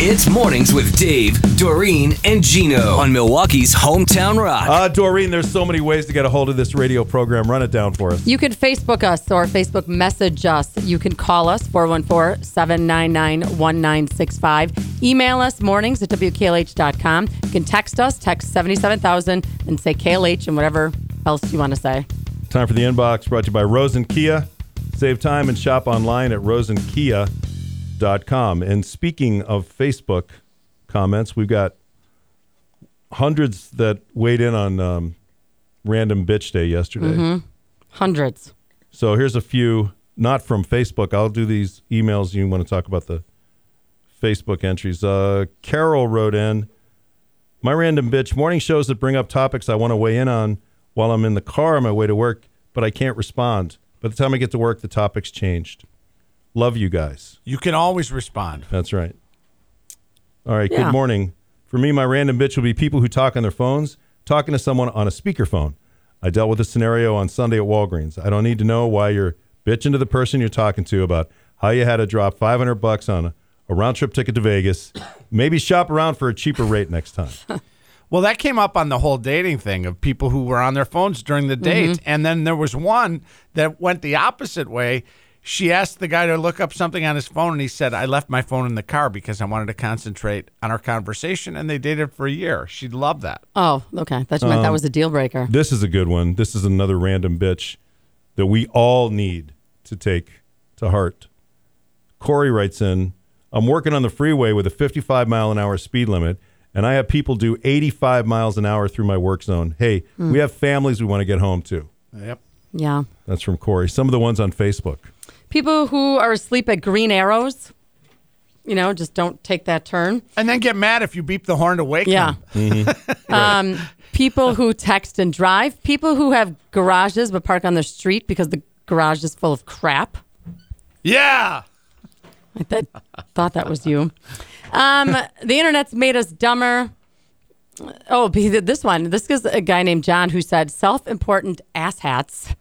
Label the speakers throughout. Speaker 1: It's mornings with Dave, Doreen, and Gino on Milwaukee's Hometown Rock.
Speaker 2: Uh, Doreen, there's so many ways to get a hold of this radio program. Run it down for us.
Speaker 3: You can Facebook us or Facebook message us. You can call us 414 799 1965. Email us mornings at WKLH.com. You can text us, text 77,000, and say KLH and whatever else you want to say.
Speaker 2: Time for the inbox brought to you by Rose and Kia. Save time and shop online at roseandkia.com. And speaking of Facebook comments, we've got hundreds that weighed in on um, Random Bitch Day yesterday.
Speaker 3: Hundreds.
Speaker 2: So here's a few, not from Facebook. I'll do these emails. You want to talk about the Facebook entries. Uh, Carol wrote in My random bitch morning shows that bring up topics I want to weigh in on while I'm in the car on my way to work, but I can't respond. By the time I get to work, the topic's changed. Love you guys.
Speaker 4: You can always respond.
Speaker 2: That's right. All right.
Speaker 3: Yeah.
Speaker 2: Good morning. For me, my random bitch will be people who talk on their phones, talking to someone on a speakerphone. I dealt with this scenario on Sunday at Walgreens. I don't need to know why you're bitching to the person you're talking to about how you had to drop 500 bucks on a, a round trip ticket to Vegas. Maybe shop around for a cheaper rate next time.
Speaker 4: Well, that came up on the whole dating thing of people who were on their phones during the date. And then there was one that went the opposite way. She asked the guy to look up something on his phone, and he said, I left my phone in the car because I wanted to concentrate on our conversation. And they dated for a year. She loved that.
Speaker 3: Oh, okay. That meant that was a deal breaker.
Speaker 2: This is a good one. This is another random bitch that we all need to take to heart. Corey writes in I'm working on the freeway with a 55 mile an hour speed limit, and I have people do 85 miles an hour through my work zone. Hey, we have families we want to get home to.
Speaker 4: Yep.
Speaker 3: Yeah.
Speaker 2: That's from Corey. Some of the ones on Facebook.
Speaker 3: People who are asleep at green arrows, you know, just don't take that turn.
Speaker 4: And then get mad if you beep the horn to wake
Speaker 3: Yeah.
Speaker 4: them.
Speaker 3: um, people who text and drive, people who have garages but park on the street because the garage is full of crap.
Speaker 4: Yeah.
Speaker 3: I th- thought that was you. Um, the internet's made us dumber. Oh, be- this one. This is a guy named John who said self important asshats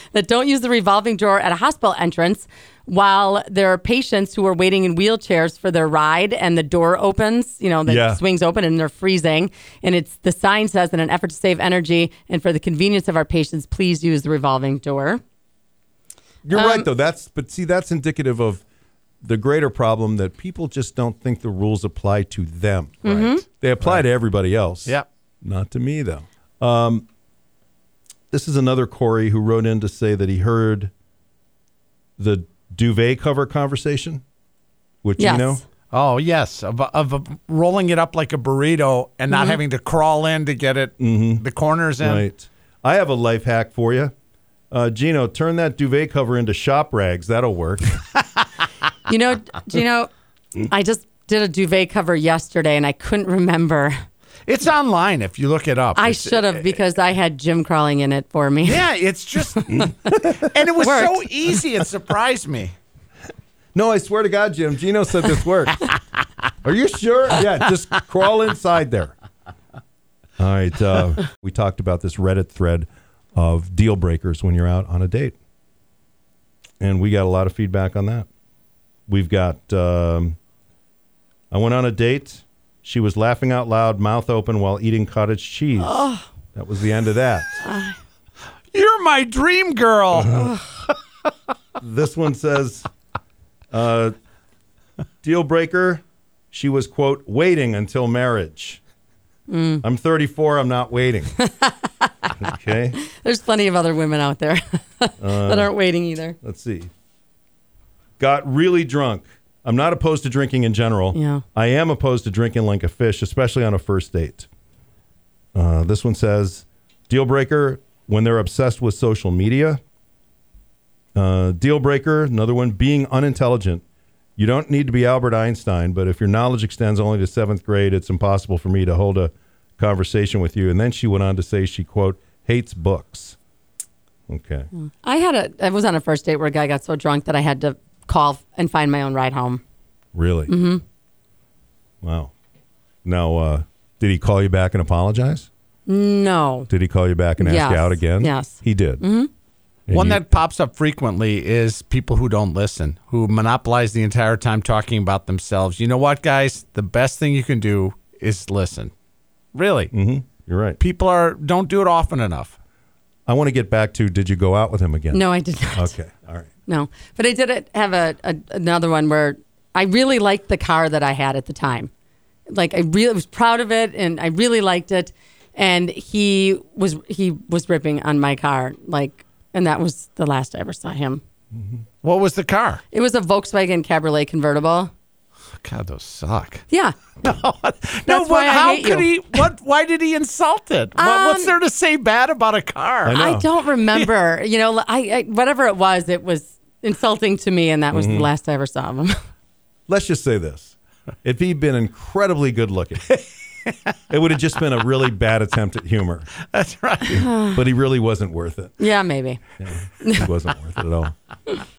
Speaker 3: that don't use the revolving door at a hospital entrance while there are patients who are waiting in wheelchairs for their ride and the door opens, you know, the
Speaker 2: Yeah.
Speaker 3: swings open and they're freezing. And it's the sign says, in an effort to save energy and for the convenience of our patients, please use the revolving door.
Speaker 2: You're right, though. That's, but see, that's indicative of the greater problem that people just don't think the rules apply to them. Right. They apply to everybody else.
Speaker 4: Yep.
Speaker 2: Not to me, though. Um, this is another Corey who wrote in to say that he heard the duvet cover conversation with
Speaker 3: Yes.
Speaker 2: Gino.
Speaker 4: Oh, yes. Of, of rolling it up like a burrito and not having to crawl in to get it, the corners in.
Speaker 2: Right. I have a life hack for you. Uh, Gino, turn that duvet cover into shop rags. That'll work.
Speaker 3: You know, Gino, I just did a duvet cover yesterday and I couldn't remember.
Speaker 4: It's online if you look it up.
Speaker 3: I
Speaker 4: It's-
Speaker 3: should have because I had Jim crawling in it for me.
Speaker 4: Yeah, it's just, and it was so easy. It surprised me.
Speaker 2: no, I swear to God, Jim, Gino said this works. Are you sure? Yeah, just crawl inside there. All right. Uh, we talked about this Reddit thread of deal breakers when you're out on a date. And we got a lot of feedback on that. We've got, um, I went on a date. She was laughing out loud, mouth open, while eating cottage cheese. That was the end of that.
Speaker 4: You're my dream girl.
Speaker 2: this one says uh, deal breaker she was quote waiting until marriage i'm 34 i'm not waiting okay
Speaker 3: There's plenty of other women out there that aren't waiting either.
Speaker 2: let's see got really drunk i'm not opposed to drinking in general
Speaker 3: Yeah.
Speaker 2: i am opposed to drinking like a fish especially on a first date uh, this one says deal breaker when they're obsessed with social media Uh, deal breaker, another one, being unintelligent. You don't need to be Albert Einstein, but if your knowledge extends only to seventh grade, it's impossible for me to hold a conversation with you. And then she went on to say she, quote, hates books. Okay.
Speaker 3: I had a, I was on a first date where a guy got so drunk that I had to call and find my own ride home.
Speaker 2: Really? Mm-hmm. Wow. Now, uh, did he call you back and apologize?
Speaker 3: No.
Speaker 2: Did he call you back and ask
Speaker 3: Yes.
Speaker 2: you out again?
Speaker 3: Yes.
Speaker 2: He did. Mm-hmm.
Speaker 4: One
Speaker 2: you-
Speaker 4: that pops up frequently is people who don't listen, who monopolize the entire time talking about themselves. You know what, guys? The best thing you can do is listen. Really.
Speaker 2: Mm-hmm. Hmm? You're right.
Speaker 4: People are don't do it often enough.
Speaker 2: I want to get back to did you go out with him again?
Speaker 3: No, I did not.
Speaker 2: Okay. All right.
Speaker 3: No, but I did it- have a, a another one where I really liked the car that I had at the time. Like I really was proud of it, and I really liked it. And he was he was ripping on my car, like, and that was the last I ever saw him.
Speaker 4: What was the car?
Speaker 3: It was a Volkswagen Cabriolet convertible.
Speaker 4: God, those suck.
Speaker 3: Yeah,
Speaker 4: No, no
Speaker 3: why
Speaker 4: but
Speaker 3: I
Speaker 4: how
Speaker 3: hate
Speaker 4: could
Speaker 3: you.
Speaker 4: he? What? Why did he insult it? What- what's
Speaker 3: Um,
Speaker 4: there to say bad about a car?
Speaker 2: know.
Speaker 3: I don't remember. You know, I, I whatever it was, it was insulting to me, and that was the last I ever saw of him.
Speaker 2: Let's just say this. If he'd been incredibly good looking, it would have just been a really bad attempt at humor.
Speaker 4: That's right.
Speaker 2: But he really wasn't worth it.
Speaker 3: yeah, maybe.
Speaker 2: It wasn't worth it at all.